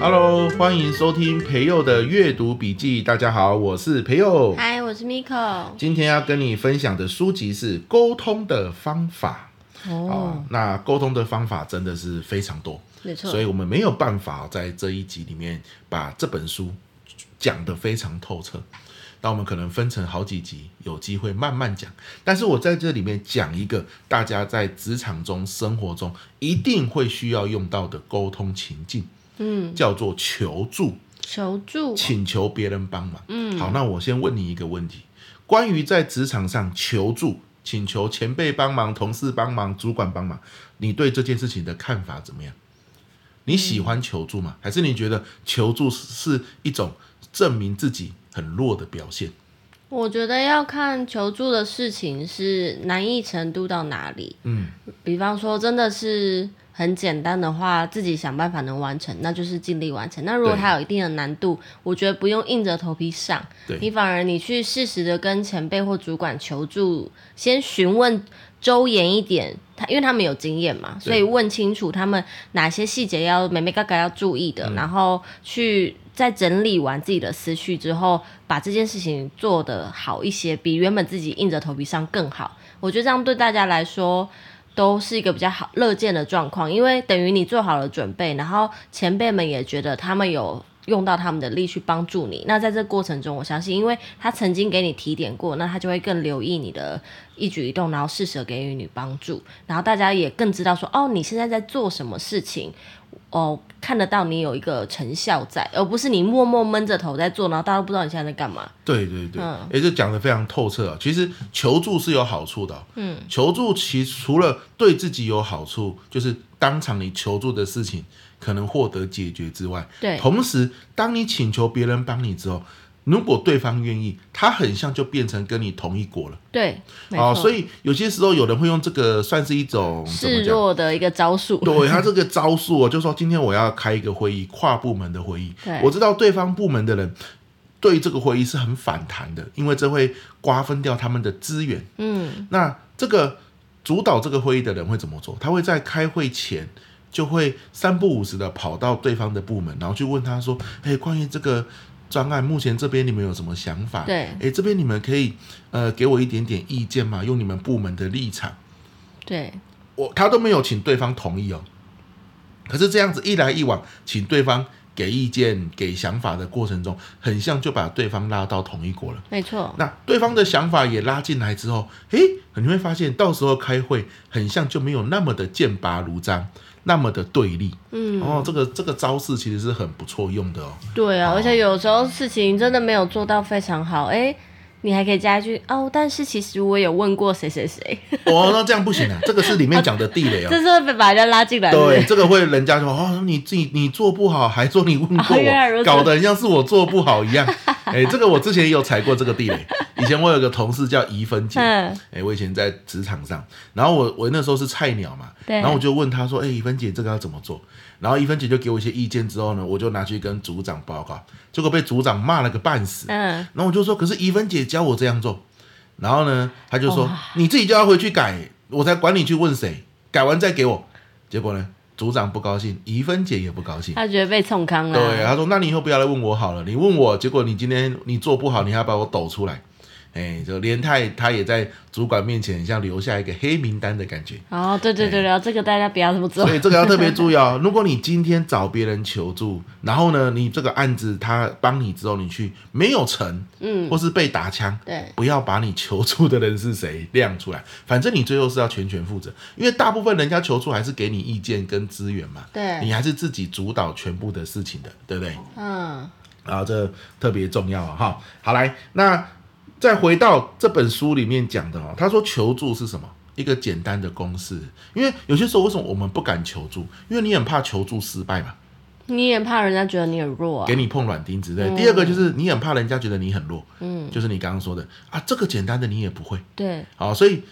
Hello，欢迎收听培佑的阅读笔记。大家好，我是培佑。嗨，我是 Miko。今天要跟你分享的书籍是《沟通的方法》啊，。哦那沟通的方法真的是非常多，没错所，以我们没有办法在这一集里面把这本书讲得非常透彻。那我们可能分成好几集，有机会慢慢讲。但是我在这里面讲一个大家在职场中、生活中一定会需要用到的沟通情境，嗯，叫做求助。求助，请求别人帮忙。嗯好，那我先问你一个问题：关于在职场上求助、请求前辈帮忙、同事帮忙、主管帮忙，你对这件事情的看法怎么样？你喜欢求助吗？还是你觉得求助是一种证明自己很弱的表现？我觉得要看求助的事情是难易程度到哪里。嗯，比方说，真的是很简单的话，自己想办法能完成，那就是尽力完成。那如果对它有一定的难度，我觉得不用硬着头皮上，对你反而你去适时的跟前辈或主管求助，先询问周延一点，他因为他们有经验嘛，所以问清楚他们哪些细节要每每嘎嘎要注意的，然后去。在整理完自己的思绪之后，把这件事情做得好一些，比原本自己硬着头皮上更好。我觉得这样对大家来说，都是一个比较好乐见的状况，因为等于你做好了准备，然后前辈们也觉得他们有用到他们的力去帮助你。那在这过程中，我相信，因为他曾经给你提点过，那他就会更留意你的一举一动，然后适时地给予你帮助，然后大家也更知道说，哦，你现在在做什么事情。哦，看得到你有一个成效在，而不是你默默闷着头在做，然后大家都不知道你现在在干嘛。对对对，嗯也、这讲得非常透彻啊。其实求助是有好处的哦、嗯，求助其除了对自己有好处，就是当场你求助的事情可能获得解决之外，对同时当你请求别人帮你之后，如果对方愿意，他很像就变成跟你同一国了。对，没错，哦，所以有些时候有人会用这个算是一种怎么示讲？弱的一个招数。对他这个招数哦，就说今天我要开一个会议，跨部门的会议对，我知道对方部门的人对这个会议是很反弹的，因为这会瓜分掉他们的资源。嗯，那这个主导这个会议的人会怎么做？他会在开会前就会三不五时的跑到对方的部门，然后去问他说：“哎，关于这个专案，目前这边你们有什么想法？对哎，这边你们可以呃给我一点点意见嘛，用你们部门的立场。”对，我他都没有请对方同意哦。可是这样子一来一往，请对方给意见、给想法的过程中，很像就把对方拉到同一国了。没错。那对方的想法也拉进来之后，诶，你会发现到时候开会，很像就没有那么的剑拔弩张，那么的对立。嗯，哦，这个这个招式其实是很不错用的哦。 对啊，哦而且有时候事情真的没有做到非常好，哎，你还可以加一句哦，但是其实我有问过谁谁谁，哦，那这样不行啊，这个是里面讲的地雷哦。啊 这是会把人家拉进来的。对，这个会人家说哦，你自己你做不好，还说你问过哦原来我，如此搞得很像是我做不好一样。哎，这个我之前也有踩过这个地雷。以前我有个同事叫怡芬姐， 嗯哎，我以前在职场上，然后我我那时候是菜鸟嘛，对然后我就问她说，哎，怡芬姐这个要怎么做？然后怡芬姐就给我一些意见之后呢，我就拿去跟组长报告，结果被组长骂了个半死。嗯，然后我就说，可是怡芬姐教我这样做，然后呢，她就说你自己就要回去改，我才管你去问谁，改完再给我。结果呢，组长不高兴，怡芬姐也不高兴。他觉得被冲康了。对，啊她说：“那你以后不要来问我好了，你问我，结果你今天你做不好，你还要把我抖出来，哎，就连太她也在主管面前像留下一个黑名单的感觉。哦，对对对对，这个大家不要这么做哎所。以这个要特别注意哦。如果你今天找别人求助，然后呢，你这个案子他帮你之后，你去没有成，嗯，或是被打枪， 对，不要把你求助的人是谁亮出来，反正你最后是要全权负责，因为大部分人家求助还是给你意见跟资源嘛，对你还是自己主导全部的事情的，对不对？嗯，啊，这特别重要啊哈、好来，那再回到这本书里面讲的哦，他说求助是什么？一个简单的公式，因为有些时候为什么我们不敢求助？因为你很怕求助失败嘛，你也怕人家觉得你很弱啊给。你碰软钉子。对，第二个就是你很怕人家觉得你很弱，嗯，就是你刚刚说的啊，这个简单的你也不会，对，好，所以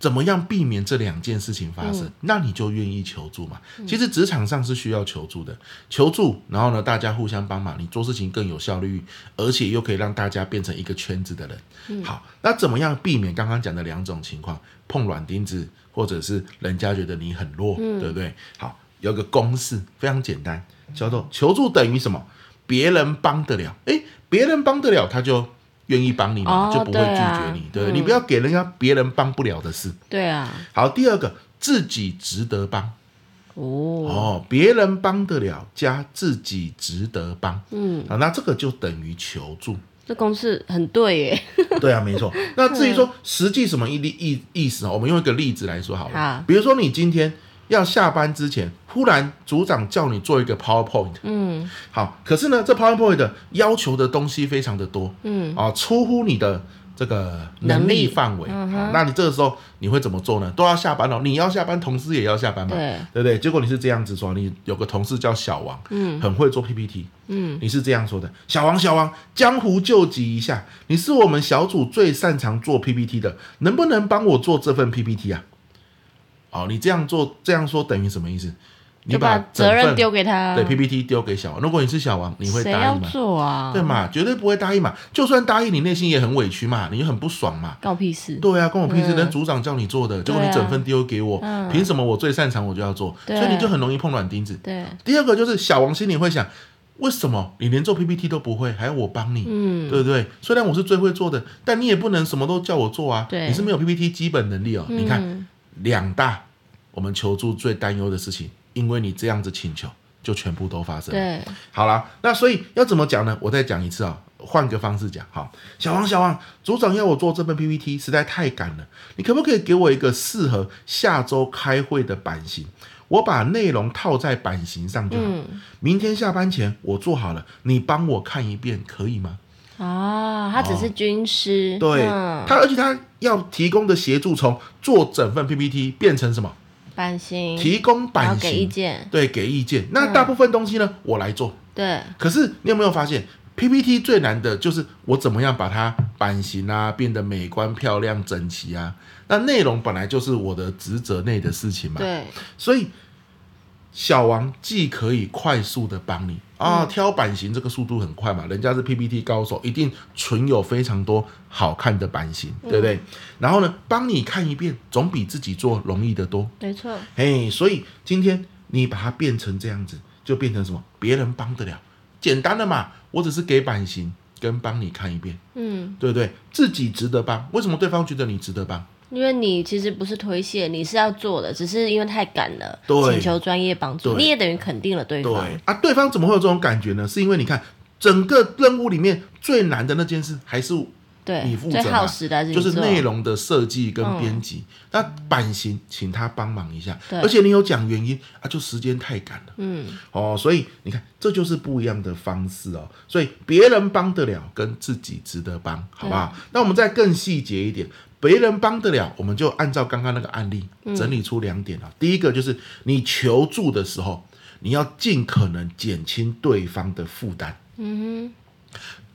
怎么样避免这两件事情发生？嗯那你就愿意求助嘛。其实职场上是需要求助的，求助，然后呢，大家互相帮忙，你做事情更有效率，而且又可以让大家变成一个圈子的人。嗯好，那怎么样避免刚刚讲的两种情况，碰软钉子，或者是人家觉得你很弱，嗯对不对？好，有个公式非常简单，叫做求助等于什么？别人帮得了，诶，别人帮得了，他就。愿意帮你嘛，哦就不会拒对绝啊你，对不对？你不要给人家别人帮不了的事。对啊，好，第二个，自己值得帮哦，哦，别人帮得了加自己值得帮嗯，啊，那这个就等于求助。 这公式很 对耶，对啊，没错。那至于说嗯实际什么意意意思啊，我们用一个例子来说好了好。比如说你今天要下班之前，忽然组长叫你做一个 PowerPoint，嗯好，可是呢，这 PowerPoint 的要求的东西非常的多，嗯，啊，出乎你的这个能能力力范围、嗯好那你这个时候你会怎么做呢？都要下班哦了，你要下班，同事也要下班嘛，嗯对对不对？结果你是这样子说，你有个同事叫小王，嗯，很会做 PPT，嗯，你是这样说的：小王，小王，江湖救急一下，你是我们小组最擅长做 PPT 的，能不能帮我做这份 PPT 啊？哦，你这样做这样说等于什么意思？你就把整责任份丢给他，对 PPT 丢给小王，如果你是小王，你会谁答要应吗？做啊？对嘛，绝对不会答应嘛。就算答应，你内心也很委屈嘛，你就很不爽嘛。告屁事，对啊，关我屁事！嗯人组长叫你做的，结果你对啊整份丢给我，嗯凭什么我最擅长我就要做？所对以你就很容易碰软钉子。对，第二个就是小王心里会想，为什么你连做 PPT 都不会，还要我帮你？嗯，对不对？虽然我是最会做的，但你也不能什么都叫我做啊！对你是没有 PPT 基本能力哦。你看，嗯两大我们求助最担忧的事情，因为你这样子请求，就全部都发生了。对，好啦，那所以要怎么讲呢？我再讲一次啊、换个方式讲。好，小王，小王，组长要我做这份 PPT，实在太赶了，你可不可以给我一个适合下周开会的版型？我把内容套在版型上就好。嗯明天下班前我做好了，你帮我看一遍，可以吗？啊，他只是军师，对、嗯他，而且他要提供的协助，从做整份 PPT 变成什么？版型，提供嗯然版后给意型，见，嗯对，给意见。那大部分东西呢，我来做。对，可是你有没有发现，PPT 最难的就是我怎么样把它版型啊变得美观、漂亮、整齐啊？那内容本来就是我的职责内的事情嘛，对，所以小王既可以快速的帮你啊，挑版型这个速度很快嘛，人家是 PPT 高手，一定存有非常多好看的版型，对不对？然后呢，帮你看一遍，总比自己做容易得多。没错，嘿，所以今天你把它变成这样子，就变成什么？别人帮得了，简单的嘛。我只是给版型跟帮你看一遍，嗯，对不对？自己值得帮，为什么对方觉得你值得帮？因为你其实不是推卸，你是要做的，只是因为太赶了，对请求专业帮助，对你也等于肯定了对方，啊，对方怎么会有这种感觉呢？是因为你看整个任务里面最难的那件事还是对，你负责最嘛耗时的还是就你是做嗯内容的设计跟编辑。那版型请他帮忙一下，对而且你有讲原因啊，就时间太赶了。嗯，哦，所以你看，这就是不一样的方式哦。所以别人帮得了，跟自己值得帮，好不好？那我们再更细节一点，别人帮得了，我们就按照刚刚那个案例嗯整理出两点啊、第一个就是你求助的时候，你要尽可能减轻对方的负担。嗯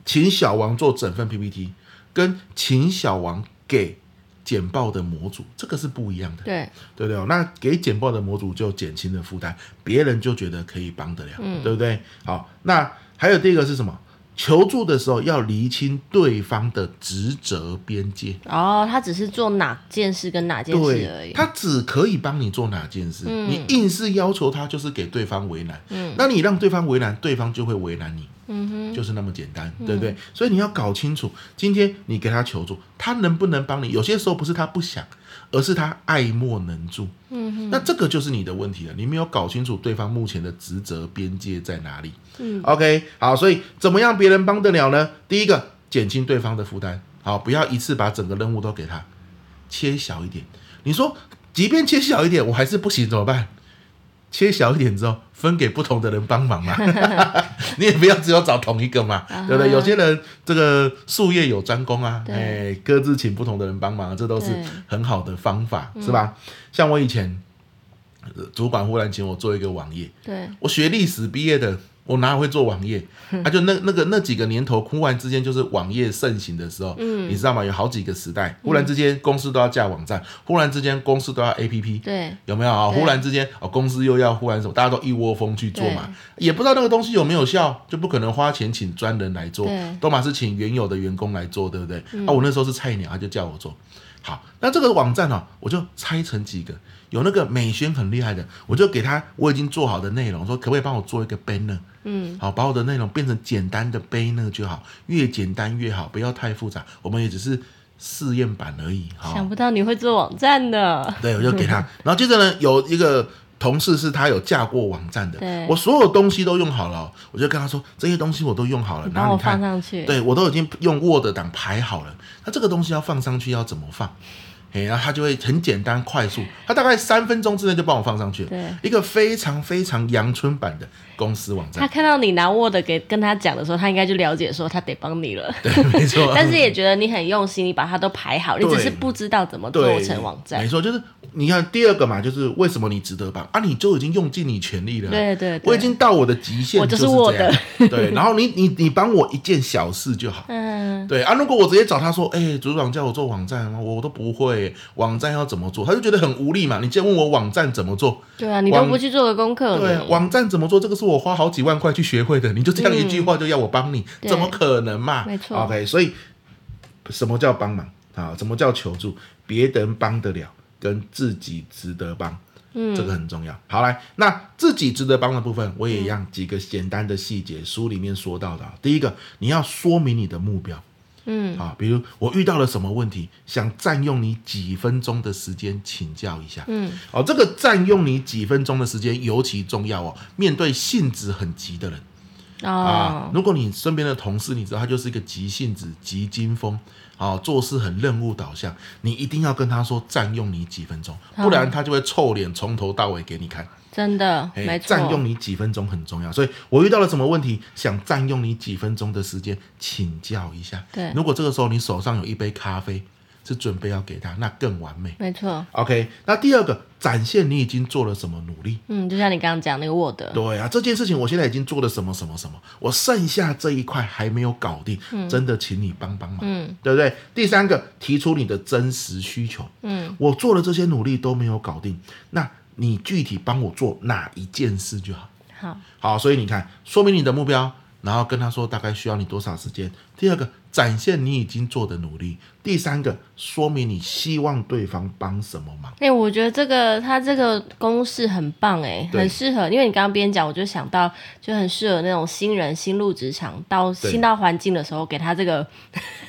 请小王做整份 PPT，跟请小王给简报的模组，这个是不一样的哼，。对，对不对？那给简报的模组就减轻了负担，别人就觉得可以帮得了，对不对？好，那还有第一个是什么？求助的时候要厘清对方的职责边界，哦，他只是做哪件事跟哪件事而对已，他只可以帮你做哪件事，嗯你硬是要求他，就是给对方为难。嗯那你让对方为难，对方就会为难你，嗯哼，嗯就是那么简单，对不对？所以你要搞清楚，今天你给他求助，他能不能帮你？有些时候不是他不想，而是他爱莫能助。嗯哼，那这个就是你的问题了，你没有搞清楚对方目前的职责边界在哪里。嗯，OK，好，所以怎么样别人帮得了呢？第一个，减轻对方的负担，好，不要一次把整个任务都给他，切小一点。你说，即便切小一点，我还是不行，怎么办？切小一点之后，分给不同的人帮忙 嘛，你也不要只有找同一个嘛，啊哈对不对？有些人这个术业有专攻啊，对哎，各自请不同的人帮忙，这都是对很好的方法，是吧？像我以前、呃主管忽然请我做一个网页，对，我学历史毕业的，我哪会做网页？啊，就那那个那几个年头，忽然之间就是网页盛行的时候，嗯，你知道吗？有好几个时代，忽然之间公司都要架网站，忽然之间公司都要 APP，对，有没有啊？对忽然之间哦，公司又要忽然什么，大家都一窝蜂去做嘛，也不知道那个东西有没有效，就不可能花钱请专人来做对，嗯都嘛是请原有的员工来做，对不对？啊，我那时候是菜鸟，他就叫我做。好，那这个网站呢、我就拆成几个，有那个美宣很厉害的，我就给他我已经做好的内容，说可不可以帮我做一个 banner？嗯，好，把我的内容变成简单的 banner 就好，越简单越好，不要太复杂。我们也只是试验版而已。好，想不到你会做网站的，对，我就给他。嗯然后接着呢，有一个同事是他有架过网站的对，我所有东西都用好了哦，我就跟他说这些东西我都用好了你，然帮后我你看放，上去，对我都已经用 Word 档排好了，那这个东西要放上去要怎么放？哎，然后他就会很简单快速，他大概三分钟之内就帮我放上去了，对一个非常非常阳春版的公司网他站，看到你拿 Word 给跟他讲的时候，他应该就了解说他得帮你了，对， 没错。 但是也觉得你很用心，你把它都排好，你对只是不知道怎么对，做成网站没。错，就是你看第二个嘛，就是为什么你值得帮啊？你就已经用尽你全力了啊、对对对我已经到我的极限，我就是是我这样。对，然后你你你帮我一件小事就好。嗯，对啊，如果我直接找他说，哎、组长叫我做网站，我我都不会，网站要怎么做？他就觉得很无力嘛。你既然问我网站怎么做，对啊，你都网不去做个功课对啊呢，，网站怎么做？这个是我花好几万块去学会的，你就这样一句话就要我帮你，嗯对怎么可能嘛？没错 OK，所以什么叫帮忙啊？什么叫求助？别人帮得了，跟自己值得帮。嗯这个很重要。好，来，那自己值得帮的部分，我也一样几个简单的细节，书里面说到的啊。第一个，你要说明你的目标，嗯，啊，比如我遇到了什么问题，想占用你几分钟的时间请教一下。嗯，哦，这个占用你几分钟的时间尤其重要哦。面对性子很急的人、啊哦，，如果你身边的同事，你知道他就是一个急性子、急惊风，啊，做事很任务导向，你一定要跟他说占用你几分钟，嗯不然他就会臭脸从头到尾给你看。真的，哎没错，占用你几分钟很重要，所以我遇到了什么问题，想占用你几分钟的时间请教一下。对如果这个时候你手上有一杯咖啡，是准备要给他，那更完美。没错， OK，那第二个，展现你已经做了什么努力。嗯，就像你刚刚讲那个 Word，对啊，这件事情我现在已经做了什么什么什么，我剩下这一块还没有搞定，真的请你帮帮忙，嗯对不对？第三个，提出你的真实需求。嗯，我做了这些努力都没有搞定，那你具体帮我做哪一件事就好。好，好，所以你看，说明你的目标，然后跟他说大概需要你多少时间。第二个，展现你已经做的努力。第三个，说明你希望对方帮什么忙。哎、我觉得这个它这个公式很棒哎、对很适合，因为你刚刚边讲，我就想到就很适合那种新人新入职场到对新到环境的时候，给他这个，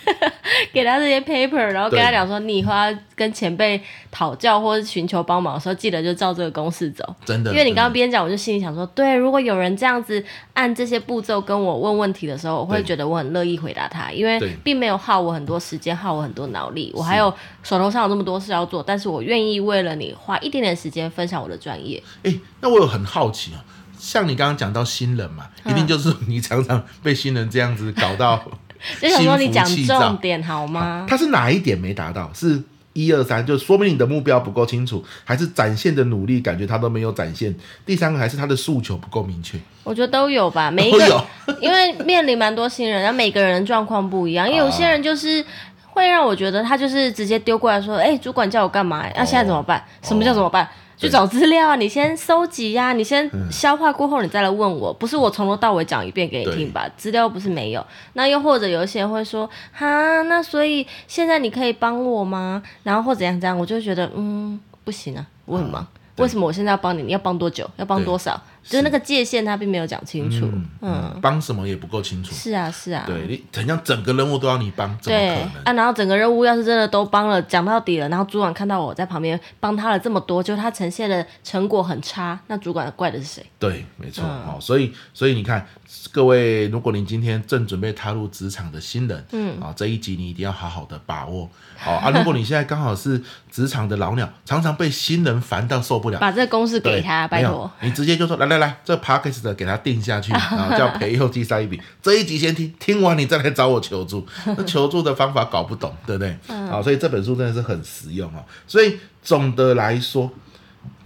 给他这些 paper，然后跟他对讲说，你以后要跟前辈讨教或者寻求帮忙的时候，记得就照这个公式走。真的，因为你真的刚刚边讲，我就心里想说，对，如果有人这样子按这些步骤跟我问问题的时候，我会对觉得我很乐意回答他，对因为并没有耗我很多时间，耗我很多脑力，我还有手头上有这么多事要做，但是我愿意为了你花一点点时间分享我的专业。哎，那我有很好奇啊，像你刚刚讲到新人嘛，嗯一定就是你常常被新人这样子搞到 就心想说浮你讲气重躁。点 好吗？他是哪一点没达到？是一二三，就说明你的目标不够清楚，还是展现的努力感觉他都没有展现？第三个还是他的诉求不够明确？我觉得都有吧，每一都有个， 因为面临蛮多新人，然后每个人的状况不一啊样，因为有些人就是。会让我觉得他就是直接丢过来说，哎、主管叫我干哦嘛、那、现在怎么办？什么叫怎么办？去找资料啊，你先收集呀、你先嗯消化过后，你再来问我，不是我从头到尾讲一遍给你听吧？资料不是没有。那又或者有一些人会说，哈，那所以现在你可以帮我吗？然后或怎样怎样，我就觉得，嗯，不行啊，我很忙。对为什么我现在要帮你？你要帮多久？要帮对多少？就是那个界限，他并没有讲清楚。嗯嗯，嗯，帮什么也不够清楚。是啊，是啊，对你，很像整个任务都要你帮，怎么对可能？啊，然后整个任务要是真的都帮了，讲到底了，然后主管看到我在旁边帮他了这么多，就他呈现的成果很差，那主管怪的是谁？对，没错。嗯好、所以所以你看，各位，如果您今天正准备踏入职场的新人，嗯啊、这一集你一定要好好的把握。好、啊，如果你现在刚好是职场的老鸟，常常被新人烦到受不了。把这个公式呃对给他，拜没有托。你直接就说来来来，这 podcast 的给他定下 去，然后叫培佑记塞一笔，这一集先听，听完你再来找我求 助。那求助的方法搞不懂，嗯啊对不对？啊、所以这本书真的是很实用哦。所以总的来说，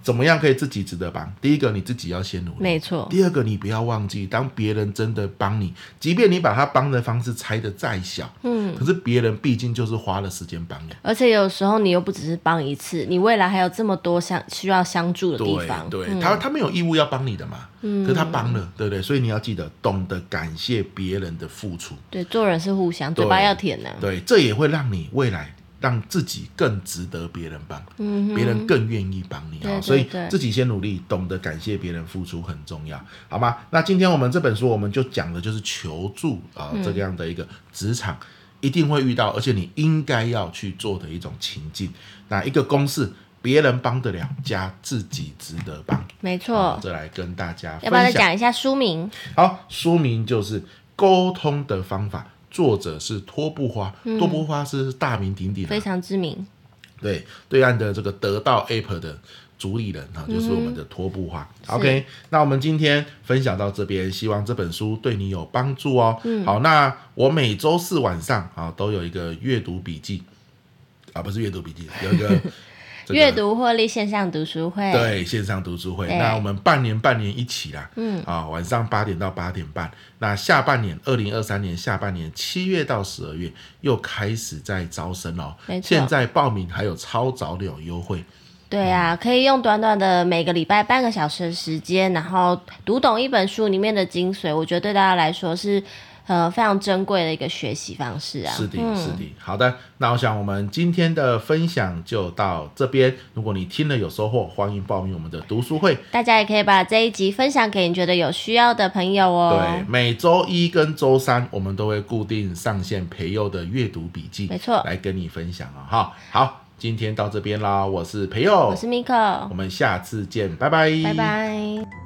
怎么样可以自己值得帮？第一个，你自己要先努力。没错，第二个，你不要忘记，当别人真的帮你，即便你把他帮的方式拆的再小，嗯，可是别人毕竟就是花了时间帮你。而且有时候你又不只是帮一次，你未来还有这么多相需要相助的地对方。对，他他没有义务要帮你的嘛，嗯，可是他帮了，对不对？所以你要记得懂得感谢别人的付出，对做人是互相，嘴巴要啊甜呐、对，这也会让你未来让自己更值得别人帮，嗯别人更愿意帮你对啊、对所以对自己先努力，懂得感谢别人付出很重要，好吗？那今天我们这本书我们就讲的就是求助啊、嗯这个样的一个职场。一定会遇到，而且你应该要去做的一种情境。那一个公式，别人帮得了，加自己值得帮。没好错。这来跟大家要不要再分享。讲一下书名？好，书名就是《沟通的方法》，作者是托布花，托布花是大名鼎鼎的嗯非常知名，对对岸的这个得到 App 的主理人哈，就是我们的托布花。嗯是 OK，那我们今天分享到这边，希望这本书对你有帮助哦。嗯好，那我每周四晚上啊都有一个阅读笔记，啊不是阅读笔记，有一个 这个阅读获利线上读书会。对，线上读书会，对那我们半年半年一起啦，嗯，啊，晚上八点到八点半，那下半年二零二三年下半年七月到十二月又开始在招生哦没，错现在报名还有超早鸟优惠，对嗯啊，可以用短短的每个礼拜半个小时的时间，然后读懂一本书里面的精髓，我觉得对大家来说是呃非常珍贵的一个学习方式啊。是的，是的，好的，那我想我们今天的分享就到这边，如果你听了有收获，欢迎报名我们的读书会，大家也可以把这一集分享给你觉得有需要的朋友对哦，。每周一跟周三我们都会固定上线培佑的阅读笔记，没错来跟你分享啊、哈。好，今天到这边啦，我是培佑，我是 Miko，我们下次见，拜拜拜。